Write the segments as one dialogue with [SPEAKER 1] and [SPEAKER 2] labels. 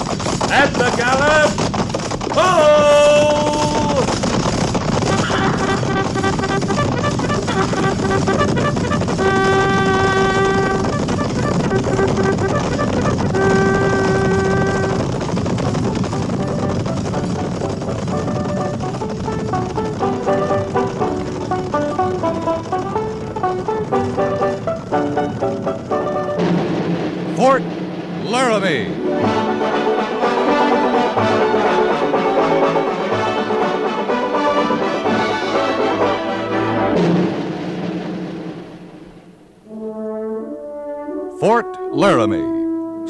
[SPEAKER 1] At the gallop! Ho!
[SPEAKER 2] Fort Laramie. Fort Laramie,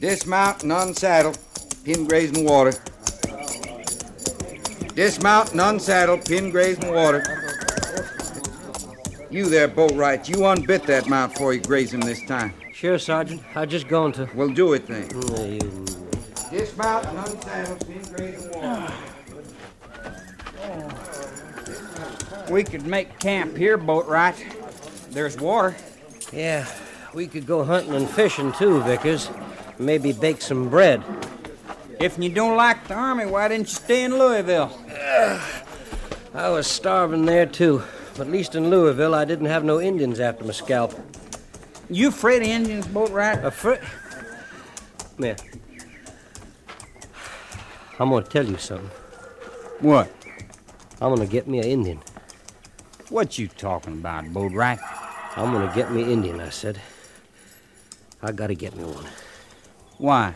[SPEAKER 3] Dismount and unsaddle. Pin graze and water. Dismount and unsaddle. Pin graze and water. You there, Boatwright. You unbit that mount before you graze him this time.
[SPEAKER 4] Sure, Sergeant. I just going to.
[SPEAKER 3] We'll do it then. Dismount and unsaddle. Pin graze and water.
[SPEAKER 5] We could make camp here, Boatwright. There's water.
[SPEAKER 4] Yeah, we could go hunting and fishing too, Vickers. Maybe bake some bread.
[SPEAKER 5] If you don't like the army, why didn't you stay in Louisville?
[SPEAKER 4] I was starving there too, but at least in Louisville I didn't have no Indians after my scalp.
[SPEAKER 5] You afraid of Indians, Boatwright?
[SPEAKER 4] A fr- Come here. I'm gonna tell you something.
[SPEAKER 5] What?
[SPEAKER 4] I'm gonna get me an Indian.
[SPEAKER 5] What you talking about, Boatwright?
[SPEAKER 4] I'm gonna get me Indian, I said. I gotta get me one.
[SPEAKER 5] Why?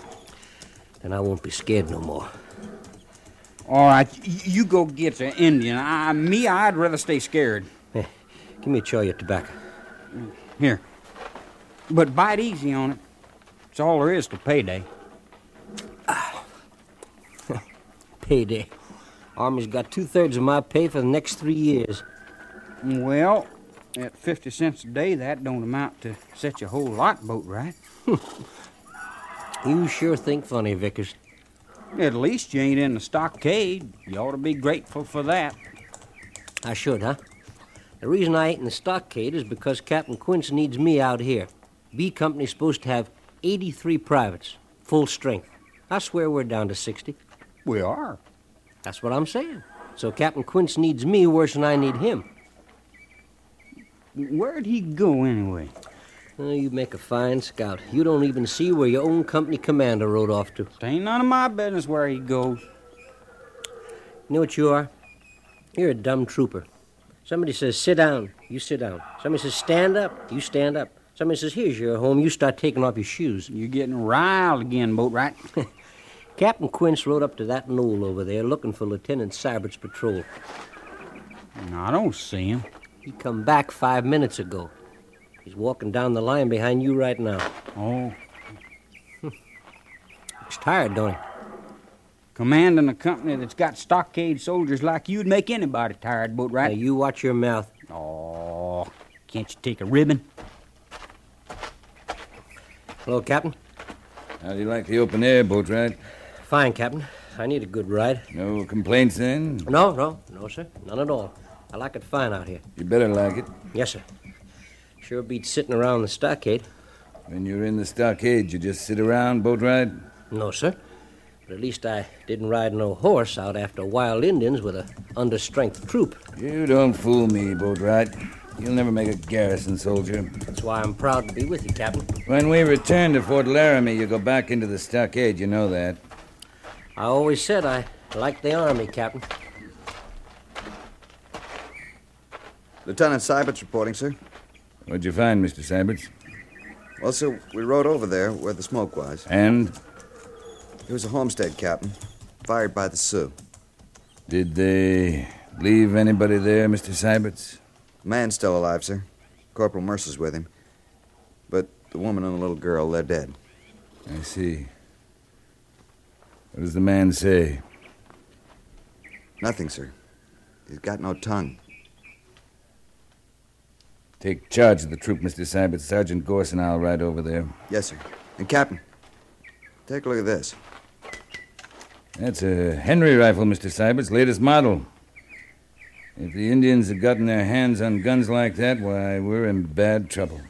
[SPEAKER 4] Then I won't be scared no more.
[SPEAKER 5] All right, y- you go get the Indian. I, me, I'd rather stay scared.
[SPEAKER 4] Hey, give me a chaw of your tobacco.
[SPEAKER 5] Here. But bite easy on it. It's all there is till payday.
[SPEAKER 4] Payday. Army's got two thirds of my pay for the next three years.
[SPEAKER 5] Well, at 50 cents a day, that don't amount to such a whole lot, Boatwright.
[SPEAKER 4] You sure think funny, Vickers.
[SPEAKER 5] At least you ain't in the stockade. You ought to be grateful for that.
[SPEAKER 4] I should, huh? The reason I ain't in the stockade is because Captain Quince needs me out here. B Company's supposed to have 83 privates, full strength. I swear we're down to 60.
[SPEAKER 5] We are.
[SPEAKER 4] That's what I'm saying. So Captain Quince needs me worse than I need him.
[SPEAKER 5] Where'd he go anyway?
[SPEAKER 4] Oh, you make a fine scout. You don't even see where your own company commander rode off to.
[SPEAKER 5] It ain't none of my business where he goes.
[SPEAKER 4] You know what you are? You're a dumb trooper. Somebody says, sit down. You sit down. Somebody says, stand up. You stand up. Somebody says, here's your home. You start taking off your shoes.
[SPEAKER 5] You're getting riled again, Boatwright.
[SPEAKER 4] Captain Quince rode up to that knoll over there looking for Lieutenant Sybert's patrol.
[SPEAKER 5] I don't see him.
[SPEAKER 4] He come back five minutes ago. He's walking down the line behind you right now.
[SPEAKER 5] Oh,
[SPEAKER 4] Looks tired, don't he?
[SPEAKER 5] commanding a company that's got stockade soldiers like you'd make anybody tired,
[SPEAKER 4] Now,
[SPEAKER 5] Boatwright.
[SPEAKER 4] you watch your mouth.
[SPEAKER 5] Oh, can't you take a ribbon?
[SPEAKER 4] Hello, Captain.
[SPEAKER 6] How'd you like the open air, Boatwright?
[SPEAKER 4] Fine, Captain. I need a good ride.
[SPEAKER 6] No complaints then?
[SPEAKER 4] No, no, no, sir. None at all. I like it fine out here.
[SPEAKER 6] You better like it.
[SPEAKER 4] Yes, sir. Sure beats sitting around the stockade.
[SPEAKER 6] When you're in the stockade, you just sit around, Boatwright?
[SPEAKER 4] No, sir. But at least I didn't ride no horse out after wild Indians with a understrength troop.
[SPEAKER 6] You don't fool me, Boatwright. You'll never make a garrison soldier.
[SPEAKER 4] That's why I'm proud to be with you, Captain.
[SPEAKER 6] When we return to Fort Laramie, you go back into the stockade, you know that.
[SPEAKER 4] I always said I liked the Army, Captain.
[SPEAKER 3] Lieutenant Sybert's reporting, sir.
[SPEAKER 6] What'd you find, Mr. Syberts?
[SPEAKER 3] Well, sir, we rode over there where the smoke was.
[SPEAKER 6] And
[SPEAKER 3] It was a homestead, Captain. Fired by the Sioux.
[SPEAKER 6] did they leave anybody there, Mr. Syberts?
[SPEAKER 3] Man's still alive, sir. Corporal Mercer's with him. But The woman and the little girl, they're dead.
[SPEAKER 2] I see. What does the man say?
[SPEAKER 3] Nothing, sir. He's got no tongue.
[SPEAKER 2] Take charge of the troop, Mr. Sybert. Sergeant Gorson, I'll ride over there.
[SPEAKER 3] Yes, sir. And, Captain, take a look at this.
[SPEAKER 2] That's a Henry rifle, Mr. Sybert's latest model. If the Indians had gotten their hands on guns like that, why, we're in bad trouble.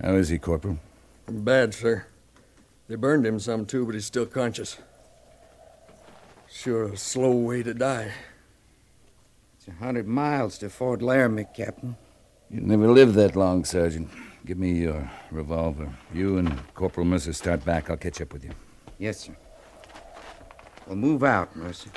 [SPEAKER 2] How is he, Corporal?
[SPEAKER 7] Bad, sir. They burned him some, too, but he's still conscious. Sure, a slow way to die.
[SPEAKER 8] It's a hundred miles to Fort Laramie, Captain.
[SPEAKER 2] You'd never live that long, Sergeant. Give me your revolver. You and Corporal Mercer start back. I'll catch up with you.
[SPEAKER 8] Yes, sir. Well, move out, Mercer.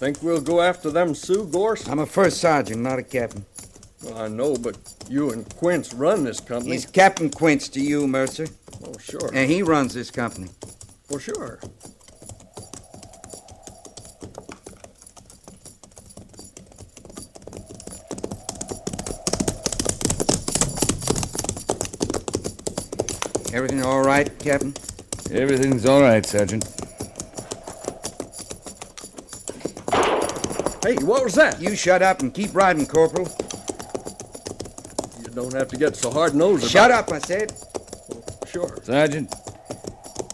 [SPEAKER 7] Think we'll go after them Sioux, Gorse?
[SPEAKER 8] I'm a first sergeant, not a captain.
[SPEAKER 7] Well, I know, but you and Quince run this company.
[SPEAKER 8] He's Captain Quince to you, Mercer,
[SPEAKER 7] Oh, sure.
[SPEAKER 8] and he runs this company.
[SPEAKER 7] For sure.
[SPEAKER 8] Everything all right, Captain?
[SPEAKER 2] Everything's all right, Sergeant.
[SPEAKER 7] Hey, what was that?
[SPEAKER 8] You shut up and keep riding, Corporal.
[SPEAKER 7] You don't have to get so hard nosed.
[SPEAKER 8] Shut up, I said.
[SPEAKER 7] up. Sure.
[SPEAKER 2] Sergeant,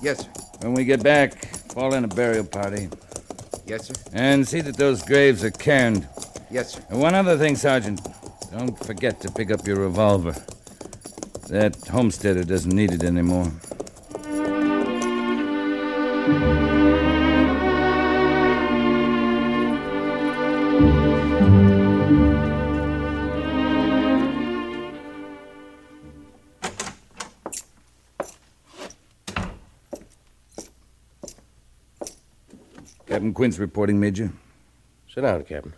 [SPEAKER 8] Yes, sir.
[SPEAKER 2] when we get back, call in a burial party
[SPEAKER 8] Yes, sir.
[SPEAKER 2] and see that those graves are cairned.
[SPEAKER 8] Yes, sir.
[SPEAKER 2] And one other thing, Sergeant. Don't forget to pick up your revolver. That homesteader doesn't need it anymore. Captain Quince reporting, Major.
[SPEAKER 9] Sit down, Captain.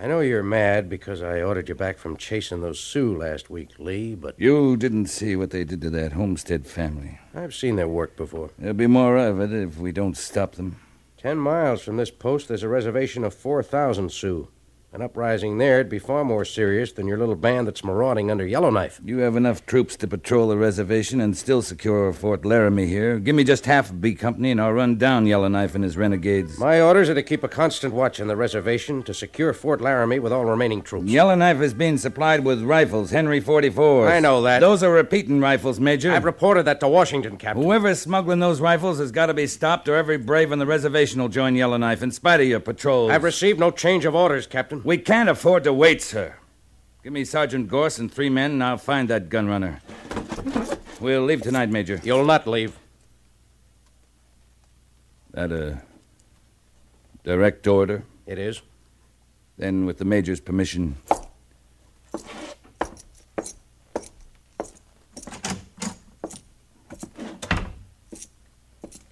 [SPEAKER 9] I know you're mad because I ordered you back from chasing those Sioux last week, Lee, but
[SPEAKER 2] You didn't see what they did to that homestead family.
[SPEAKER 9] I've seen their work before.
[SPEAKER 2] There'll be more of it if we don't stop them.
[SPEAKER 9] Ten miles from this post, there's a reservation of 4,000 Sioux. An uprising there'd be far more serious than your little band that's marauding under Yellowknife.
[SPEAKER 2] You have enough troops to patrol the reservation and still secure Fort Laramie here. Give me just half of B Company and I'll run down Yellowknife and his renegades.
[SPEAKER 9] My orders are to keep a constant watch on the reservation to secure Fort Laramie with all remaining troops.
[SPEAKER 2] Yellowknife is being supplied with rifles, Henry 44s.
[SPEAKER 9] I know that.
[SPEAKER 2] Those are repeating rifles, Major.
[SPEAKER 9] I've reported that to Washington, Captain.
[SPEAKER 2] Whoever's smuggling those rifles has got to be stopped, or every brave on the reservation will join Yellowknife in spite of your patrols.
[SPEAKER 9] I've received no change of orders, Captain.
[SPEAKER 2] We can't afford to wait, sir. Give me Sergeant Gorse and three men, and I'll find that gun runner. We'll leave tonight, Major.
[SPEAKER 9] You'll not leave.
[SPEAKER 2] That a direct order?
[SPEAKER 9] It is.
[SPEAKER 2] Then, with the Major's permission.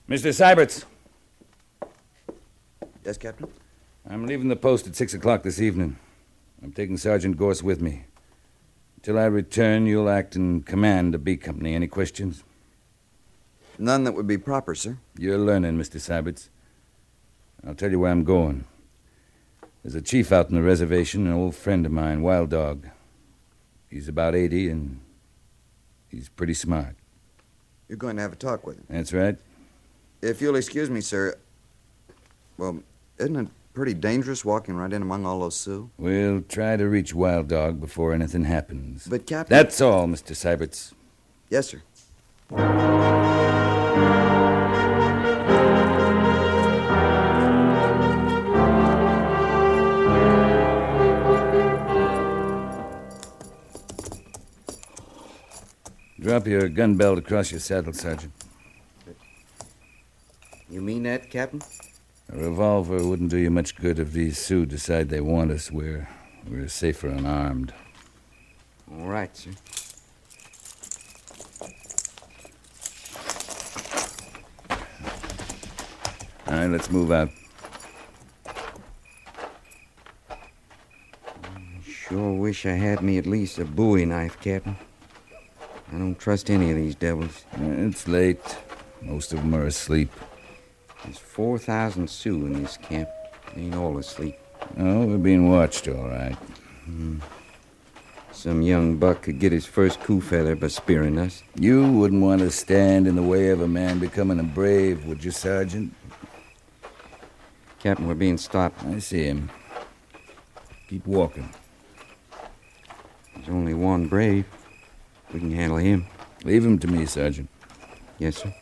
[SPEAKER 2] Mr. Syberts,
[SPEAKER 3] Yes, Captain?
[SPEAKER 2] I'm leaving the post at six o'clock this evening. I'm taking Sergeant Gorse with me. Till I return, you'll act in command of B Company. Any questions?
[SPEAKER 3] None that would be proper, sir.
[SPEAKER 2] You're learning, Mr. Syberts. I'll tell you where I'm going. There's a chief out in the reservation, an old friend of mine, Wild Dog. He's about 80, and he's pretty smart.
[SPEAKER 3] You're going to have a talk with him.
[SPEAKER 2] That's right.
[SPEAKER 3] If you'll excuse me, sir. Well, isn't it pretty dangerous walking right in among all those Sioux?
[SPEAKER 2] We'll try to reach Wild Dog before anything happens.
[SPEAKER 3] But, Captain.
[SPEAKER 2] That's all, Mr. Syberts.
[SPEAKER 3] Yes, sir.
[SPEAKER 2] Drop your gun belt across your saddle, Sergeant.
[SPEAKER 8] You mean that, Captain?
[SPEAKER 2] A revolver wouldn't do you much good if these Sioux decide they want us. We're, we're safer unarmed.
[SPEAKER 8] All right, sir.
[SPEAKER 2] All right, let's move out.
[SPEAKER 3] Sure wish I had me at least a bowie knife, Captain. I don't trust any of these devils.
[SPEAKER 2] It's late. Most of them are asleep.
[SPEAKER 3] There's 4,000 Sioux in this camp. They ain't all asleep.
[SPEAKER 2] Oh, we're being watched, all right.
[SPEAKER 3] Some young buck could get his first coup feather by spearing us.
[SPEAKER 2] You wouldn't want to stand in the way of a man becoming a brave, would you, Sergeant?
[SPEAKER 3] Captain, we're being stopped.
[SPEAKER 2] I see him. Keep walking.
[SPEAKER 3] There's only one brave. We can handle him.
[SPEAKER 2] Leave him to me, Sergeant.
[SPEAKER 3] Yes, sir.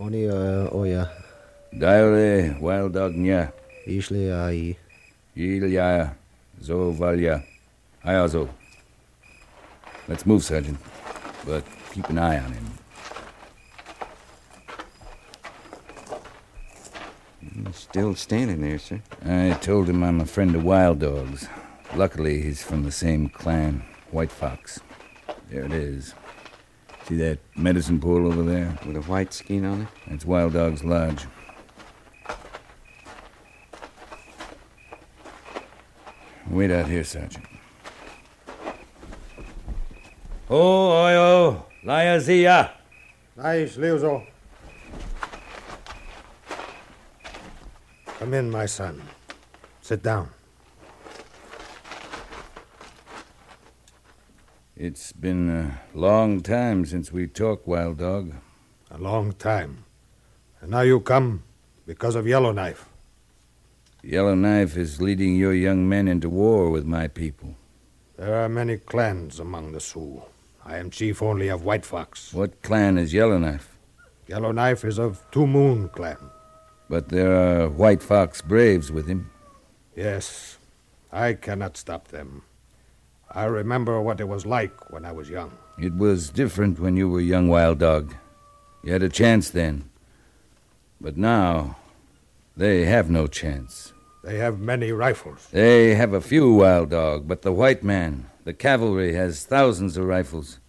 [SPEAKER 10] Oni uh,
[SPEAKER 3] oh,
[SPEAKER 10] oja
[SPEAKER 2] Diary, wild dog nya,
[SPEAKER 10] išli a i
[SPEAKER 2] ilya, zo valya, ayazo. Let's move, Sergeant. But keep an eye on him.
[SPEAKER 3] He's still standing there, sir.
[SPEAKER 2] I told him I'm a friend of Wild Dog's. Luckily, he's from the same clan, White Fox. There it is. See that medicine pool over there?
[SPEAKER 3] With a white skin on it.
[SPEAKER 2] That's Wild Dog's lodge. Wait out here, Sergeant. Oh, oyo, liazia.
[SPEAKER 10] Nice, Leozo. Come in, my son. Sit down.
[SPEAKER 2] It's been a long time since we talked, Wild Dog.
[SPEAKER 10] A long time. And now you come because of Yellowknife.
[SPEAKER 2] Yellow Knife is leading your young men into war with my people.
[SPEAKER 10] There are many clans among the Sioux. I am chief only of White Fox.
[SPEAKER 2] What clan is Yellow Knife?
[SPEAKER 10] Yellowknife is of Two Moon clan.
[SPEAKER 2] But there are White Fox Braves with him.
[SPEAKER 10] Yes, I cannot stop them. I remember what it was like when I was young.
[SPEAKER 2] It was different when you were young, Wild Dog. You had a chance then. But now, they have no chance.
[SPEAKER 10] They have many rifles.
[SPEAKER 2] They have a few, Wild Dog, but the white man, the cavalry, has thousands of rifles.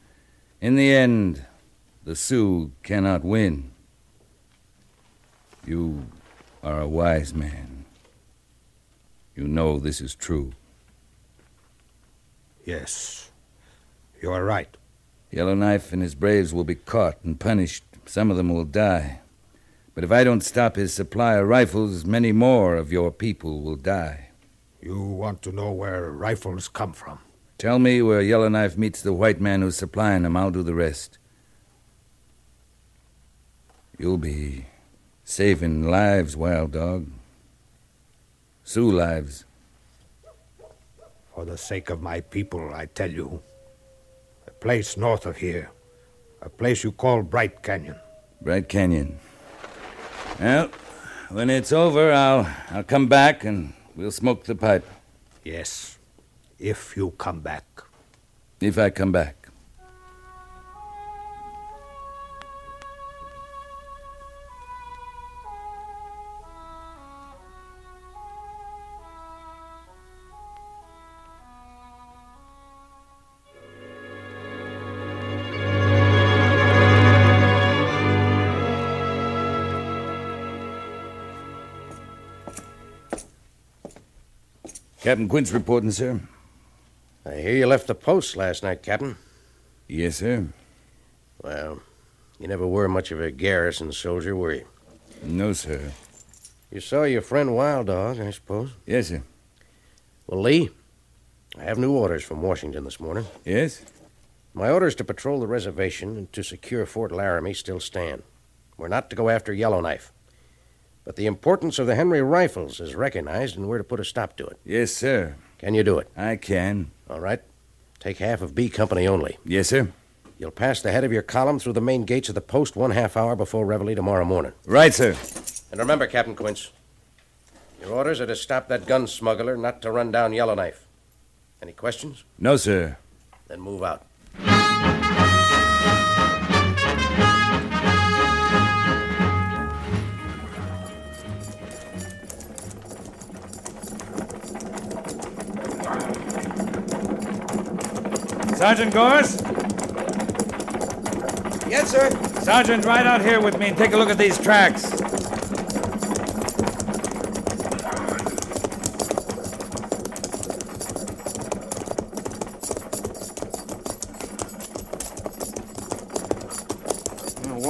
[SPEAKER 2] In the end, the Sioux cannot win. You are a wise man. You know this is true.
[SPEAKER 10] Yes, you are right.
[SPEAKER 2] Yellow Knife and his braves will be caught and punished. Some of them will die. But if I don't stop his supply of rifles, many more of your people will die.
[SPEAKER 10] You want to know where rifles come from.
[SPEAKER 2] Tell me where Yellow Knife meets the white man who's supplying him. I'll do the rest. You'll be saving lives, Wild Dog. Sioux lives.
[SPEAKER 10] For the sake of my people, I tell you. A place north of here. A place you call Bright Canyon.
[SPEAKER 2] Bright Canyon. Well, when it's over, I'll I'll come back and we'll smoke the pipe.
[SPEAKER 10] Yes, if you come back.
[SPEAKER 2] If I come back. Captain Quint's reporting, sir.
[SPEAKER 9] I hear you left the post last night, Captain.
[SPEAKER 2] Yes, sir.
[SPEAKER 9] Well, you never were much of a garrison soldier, were you?
[SPEAKER 2] No, sir.
[SPEAKER 9] You saw your friend Wild Dog, I suppose.
[SPEAKER 2] Yes, sir.
[SPEAKER 9] Well, Lee, I have new orders from Washington this morning.
[SPEAKER 2] Yes?
[SPEAKER 9] My orders to patrol the reservation and to secure Fort Laramie still stand. We're not to go after Yellowknife. But the importance of the Henry rifles is recognized, and we're to put a stop to it.
[SPEAKER 2] Yes, sir.
[SPEAKER 9] Can you do it?
[SPEAKER 2] I can.
[SPEAKER 9] All right. Take half of B Company only.
[SPEAKER 2] Yes, sir.
[SPEAKER 9] You'll pass the head of your column through the main gates of the post one half hour before reveille tomorrow morning.
[SPEAKER 2] Right, sir.
[SPEAKER 9] And remember, Captain Quince, your orders are to stop that gun smuggler, not to run down Yellowknife. Any questions?
[SPEAKER 2] No, sir.
[SPEAKER 9] Then move out.
[SPEAKER 2] Sergeant Gorse?
[SPEAKER 11] Yes, sir.
[SPEAKER 12] Sergeant, ride out here with me and take a look at these tracks.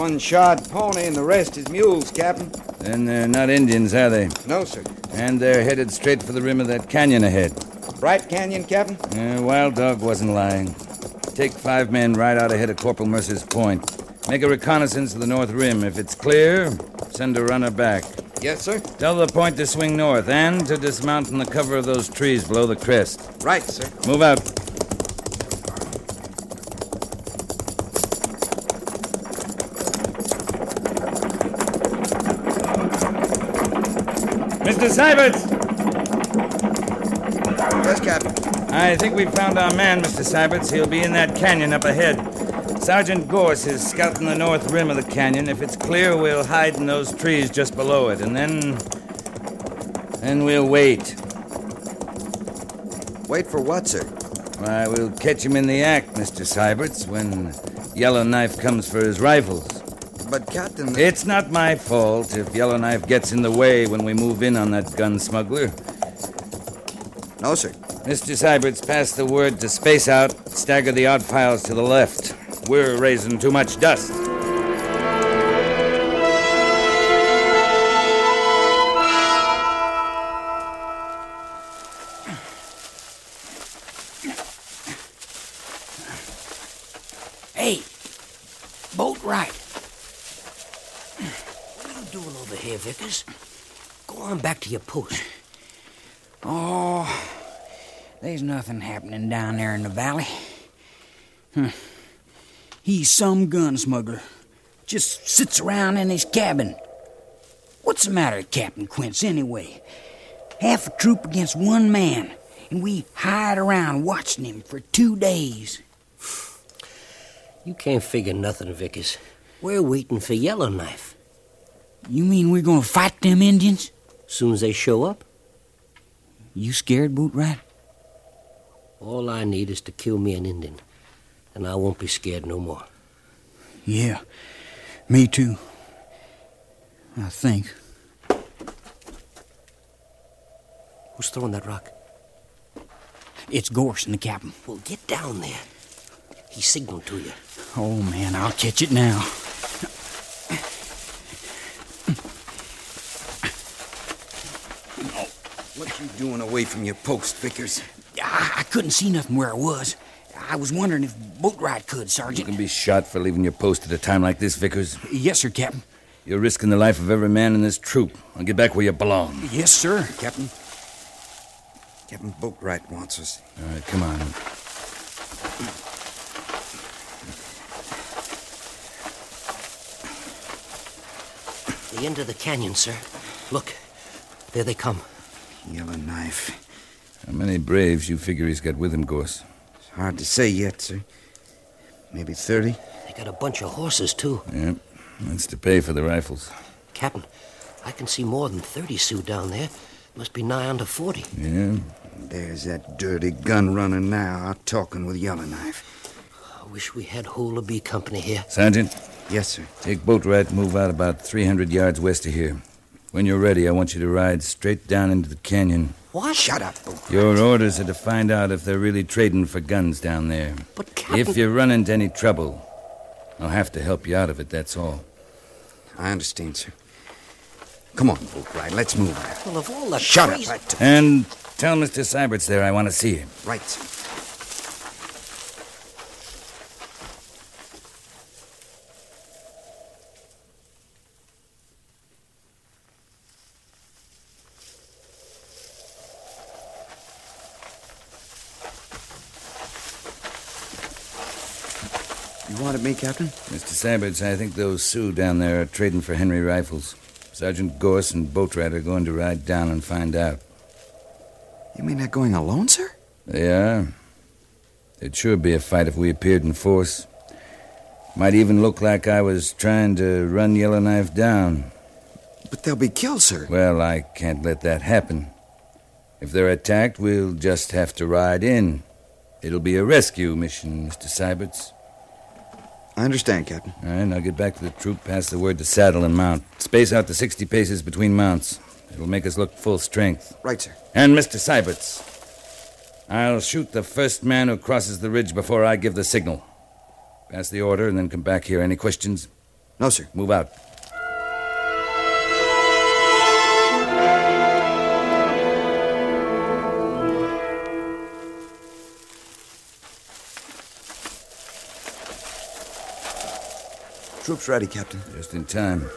[SPEAKER 11] One shod pony and the rest is mules, Captain.
[SPEAKER 2] Then they're not Indians, are they?
[SPEAKER 11] No, sir.
[SPEAKER 2] And they're headed straight for the rim of that canyon ahead.
[SPEAKER 11] Bright Canyon, Captain?
[SPEAKER 2] Yeah, Wild Dog wasn't lying. Take five men right out ahead of Corporal Mercer's point. Make a reconnaissance of the north rim. If it's clear, send a runner back.
[SPEAKER 11] Yes, sir.
[SPEAKER 2] Tell the point to swing north and to dismount in the cover of those trees below the crest.
[SPEAKER 11] Right, sir.
[SPEAKER 2] Move out.
[SPEAKER 12] Mr. Syberts!
[SPEAKER 11] Yes, Captain.
[SPEAKER 2] I think we've found our man, Mr. Syberts. He'll be in that canyon up ahead. Sergeant Gorse is scouting the north rim of the canyon. If it's clear, we'll hide in those trees just below it, and then. Then we'll wait.
[SPEAKER 3] Wait for what, sir?
[SPEAKER 2] Why, we'll catch him in the act, Mr. Syberts, when Yellowknife comes for his rifles.
[SPEAKER 3] But, Captain. the-
[SPEAKER 2] It's not my fault if Yellowknife gets in the way when we move in on that gun smuggler.
[SPEAKER 3] No, sir.
[SPEAKER 2] Mr. Syberts passed the word to space out, stagger the odd files to the left. We're raising too much dust.
[SPEAKER 13] Hey, boat right. What are you doing over here, Vickers? Go on back to your post.
[SPEAKER 5] Oh, there's nothing happening down there in the valley. Hmm. He's some gun smuggler. Just sits around in his cabin. What's the matter with Captain Quince, anyway? Half a troop against one man, and we hide around watching him for two days.
[SPEAKER 4] You can't figure nothing, Vickers. We're waiting for Yellowknife.
[SPEAKER 5] You mean we're gonna fight them Indians?
[SPEAKER 4] Soon as they show up.
[SPEAKER 5] You scared, Bootrat?
[SPEAKER 4] All I need is to kill me an Indian, and I won't be scared no more.
[SPEAKER 5] Yeah, me too. I think.
[SPEAKER 4] Who's throwing that rock?
[SPEAKER 5] It's Gorse and the captain.
[SPEAKER 4] Well, get down there. He signaled to you.
[SPEAKER 5] Oh, man, I'll catch it now.
[SPEAKER 3] What you doing away from your post, Vickers?
[SPEAKER 5] I, I couldn't see nothing where I was. I was wondering if Boatwright could, Sergeant.
[SPEAKER 2] You can be shot for leaving your post at a time like this, Vickers.
[SPEAKER 5] Yes, sir, Captain.
[SPEAKER 2] You're risking the life of every man in this troop. Now get back where you belong.
[SPEAKER 5] Yes, sir.
[SPEAKER 3] Captain. Captain Boatwright wants us.
[SPEAKER 2] All right, come on.
[SPEAKER 4] The end of the canyon, sir. Look, there they come.
[SPEAKER 3] Yellowknife.
[SPEAKER 2] How many braves you figure he's got with him, Gorse?
[SPEAKER 3] It's hard to say yet, sir. Maybe 30.
[SPEAKER 4] They got a bunch of horses, too.
[SPEAKER 2] Yeah, that's to pay for the rifles.
[SPEAKER 4] Captain, I can see more than 30 Sioux down there. Must be nigh under 40.
[SPEAKER 2] Yeah?
[SPEAKER 3] There's that dirty gun runner now out talking with Yellowknife.
[SPEAKER 4] I wish we had Hulaby Company here.
[SPEAKER 2] Sergeant?
[SPEAKER 3] Yes, sir.
[SPEAKER 2] Take Boatwright and move out about 300 yards west of here. When you're ready, I want you to ride straight down into the canyon.
[SPEAKER 4] What?
[SPEAKER 3] Shut up, Boat.
[SPEAKER 2] Your orders are to find out if they're really trading for guns down there.
[SPEAKER 4] But
[SPEAKER 2] If you run into any trouble, I'll have to help you out of it, that's all.
[SPEAKER 3] I understand, sir. Come on, Boatwright. Let's move out.
[SPEAKER 4] Well, of all the
[SPEAKER 3] Shut
[SPEAKER 4] crazy-
[SPEAKER 3] up. I t-
[SPEAKER 2] And tell Mr. Syberts there I want to see him.
[SPEAKER 3] right, sir. You wanted me, Captain?
[SPEAKER 2] Mr. Syberts, I think those Sioux down there are trading for Henry rifles. Sergeant Gorse and Boatwright are going to ride down and find out.
[SPEAKER 3] You mean they're going alone, sir?
[SPEAKER 2] They are. It'd sure be a fight if we appeared in force. Might even look like I was trying to run Yellowknife down.
[SPEAKER 3] But they'll be killed, sir.
[SPEAKER 2] Well, I can't let that happen. If they're attacked, we'll just have to ride in. It'll be a rescue mission, Mr. Syberts.
[SPEAKER 14] I understand, Captain.
[SPEAKER 2] All right, now get back to the troop, pass the word to saddle and mount. Space out the 60 paces between mounts. It'll make us look full strength.
[SPEAKER 14] Right, sir.
[SPEAKER 2] And Mr. Syberts. I'll shoot the first man who crosses the ridge before I give the signal. Pass the order and then come back here. Any questions?
[SPEAKER 14] No, sir.
[SPEAKER 2] Move out.
[SPEAKER 14] Troops ready, Captain.
[SPEAKER 2] Just in time.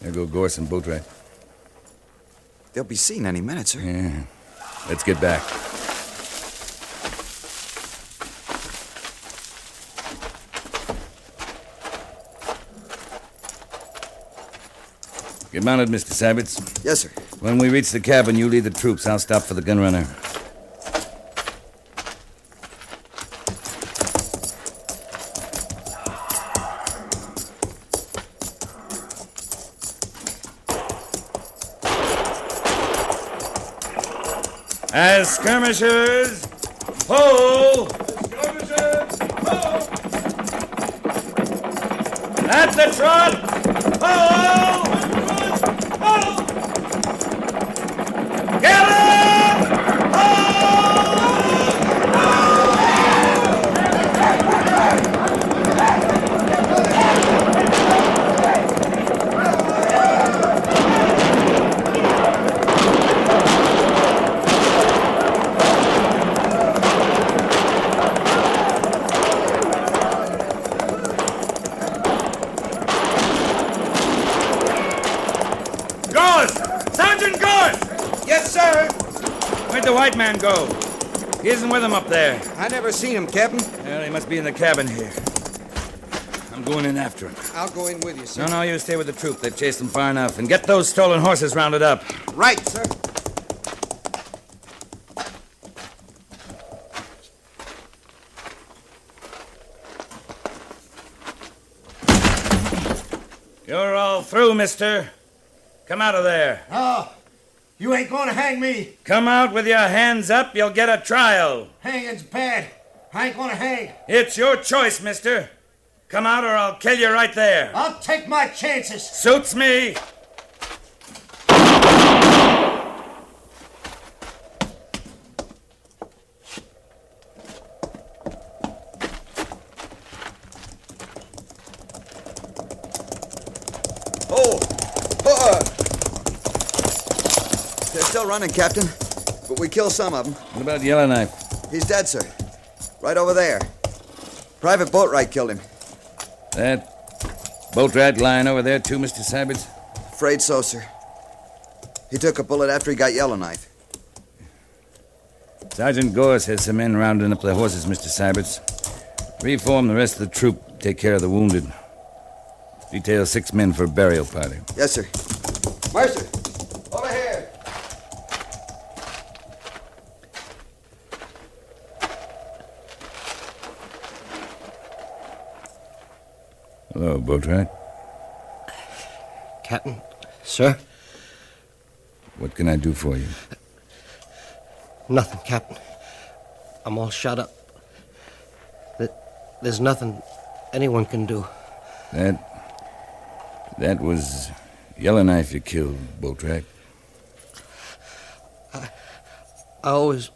[SPEAKER 2] There go Gorse and Boatwright.
[SPEAKER 14] They'll be seen any minute, sir.
[SPEAKER 2] Yeah. Let's get back. Get mounted, Mr. Sabbits.
[SPEAKER 14] Yes, sir.
[SPEAKER 2] When we reach the cabin, you lead the troops. I'll stop for the gun runner.
[SPEAKER 15] As skirmishers, ho! Skirmishers, ho! At the trot, ho! Ho! Gallop! Gorse! Sergeant Gorse!
[SPEAKER 3] Yes, sir.
[SPEAKER 15] Where'd the white man go? He isn't with him up there.
[SPEAKER 3] I never seen him, Captain.
[SPEAKER 15] Well, he must be in the cabin here. I'm going in after him.
[SPEAKER 3] I'll go in with you, sir.
[SPEAKER 2] No, no, you stay with the troop. They've chased them far enough. And get those stolen horses rounded up.
[SPEAKER 3] Right, sir.
[SPEAKER 15] You're all through, mister. Come out of there.
[SPEAKER 16] Oh, you ain't gonna hang me.
[SPEAKER 15] Come out with your hands up, you'll get a trial.
[SPEAKER 16] Hanging's bad. I ain't gonna hang.
[SPEAKER 15] It's your choice, mister. Come out or I'll kill you right there.
[SPEAKER 16] I'll take my chances.
[SPEAKER 15] Suits me.
[SPEAKER 14] Oh! Uh, they're still running, Captain. But we killed some of them.
[SPEAKER 2] What about Yellowknife?
[SPEAKER 14] He's dead, sir. Right over there. Private Boatwright killed him.
[SPEAKER 2] That boat rat lying over there, too, Mr. Sabbits?
[SPEAKER 14] Afraid so, sir. He took a bullet after he got Yellowknife.
[SPEAKER 2] Sergeant Gorse has some men rounding up their horses, Mr. Sabbits. Reform the rest of the troop. Take care of the wounded. Detail six men for a burial party.
[SPEAKER 14] Yes, sir. Mercer, over here.
[SPEAKER 2] Hello, Boatwright.
[SPEAKER 4] Captain, sir?
[SPEAKER 2] What can I do for you?
[SPEAKER 4] Nothing, Captain. I'm all shot up. Th- There's nothing anyone can do.
[SPEAKER 2] That. That was Yellowknife you killed, Boatwright.
[SPEAKER 4] I always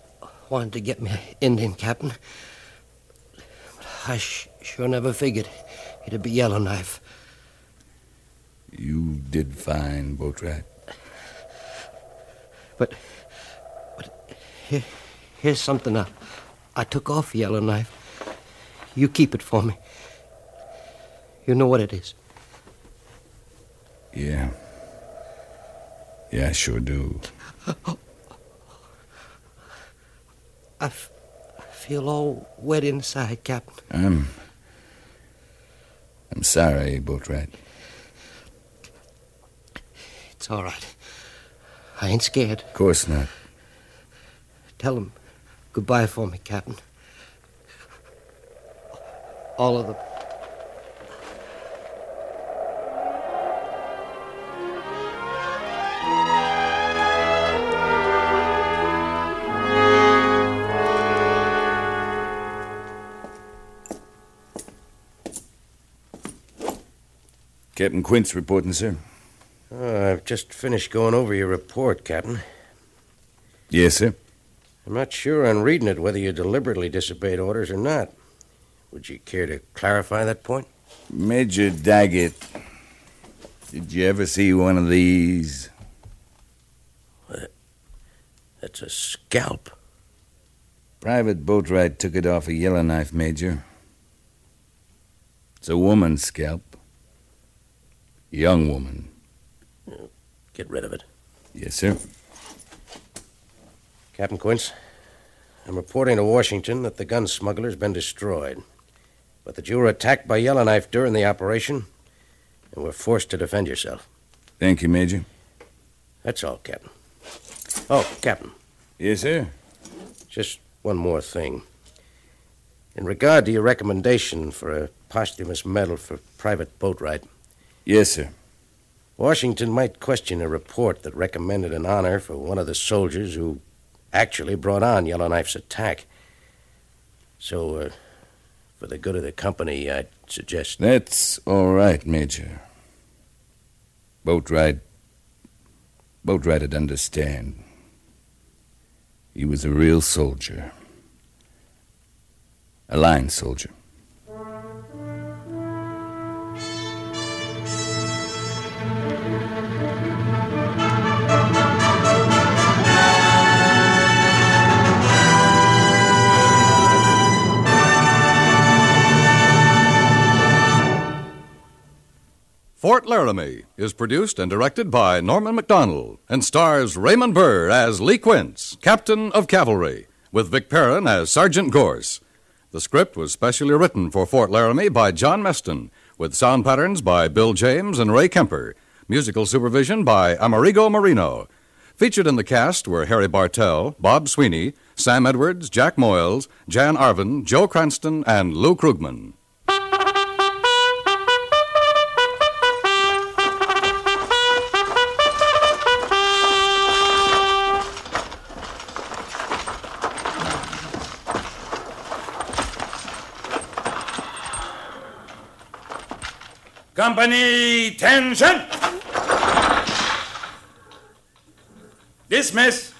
[SPEAKER 4] wanted to get me an Indian, Captain. But I sh- sure never figured it'd be Yellowknife.
[SPEAKER 2] You did fine, Boatwright.
[SPEAKER 4] Here, here's something I, I took off Yellowknife. You keep it for me. You know what it is.
[SPEAKER 2] Yeah. Yeah, I sure do.
[SPEAKER 4] I, f- I feel all wet inside, Captain.
[SPEAKER 2] I'm. I'm sorry, Boatwright.
[SPEAKER 4] It's all right. I ain't scared.
[SPEAKER 2] Of course not.
[SPEAKER 4] Tell him goodbye for me, Captain. All of them.
[SPEAKER 2] Captain Quince reporting, sir.
[SPEAKER 4] Uh, I've just finished going over your report, Captain.
[SPEAKER 2] Yes, sir.
[SPEAKER 4] I'm not sure on reading it whether you deliberately disobeyed orders or not. Would you care to clarify that point?
[SPEAKER 2] Major Daggett, did you ever see one of these?
[SPEAKER 4] That's a scalp.
[SPEAKER 2] Private Boatwright took it off a Yellowknife, Major. It's a woman's scalp. Young woman.
[SPEAKER 4] Get rid of it.
[SPEAKER 2] Yes, sir.
[SPEAKER 4] Captain Quince, I'm reporting to Washington that the gun smuggler's been destroyed, but that you were attacked by Yellowknife during the operation and were forced to defend yourself.
[SPEAKER 2] Thank you, Major.
[SPEAKER 4] That's all, Captain. Oh, Captain.
[SPEAKER 2] Yes, sir.
[SPEAKER 4] Just one more thing. In regard to your recommendation for a posthumous medal for Private Boatwright.
[SPEAKER 2] Yes, sir.
[SPEAKER 4] Washington might question a report that recommended an honor for one of the soldiers who actually brought on Yellowknife's attack. So, uh, for the good of the company, I'd suggest.
[SPEAKER 2] That's all right, Major. Boatwright. Boatwright'd understand. He was a real soldier, a line soldier.
[SPEAKER 17] Fort Laramie is produced and directed by Norman McDonald and stars Raymond Burr as Lee Quince, Captain of Cavalry, with Vic Perrin as Sergeant Gorse. The script was specially written for Fort Laramie by John Meston, with sound patterns by Bill James and Ray Kemper, musical supervision by Amerigo Marino. Featured in the cast were Harry Bartell, Bob Sweeney, Sam Edwards, Jack Moyles, Jan Arvin, Joe Cranston, and Lou Krugman.
[SPEAKER 18] Company, tension! Dismiss.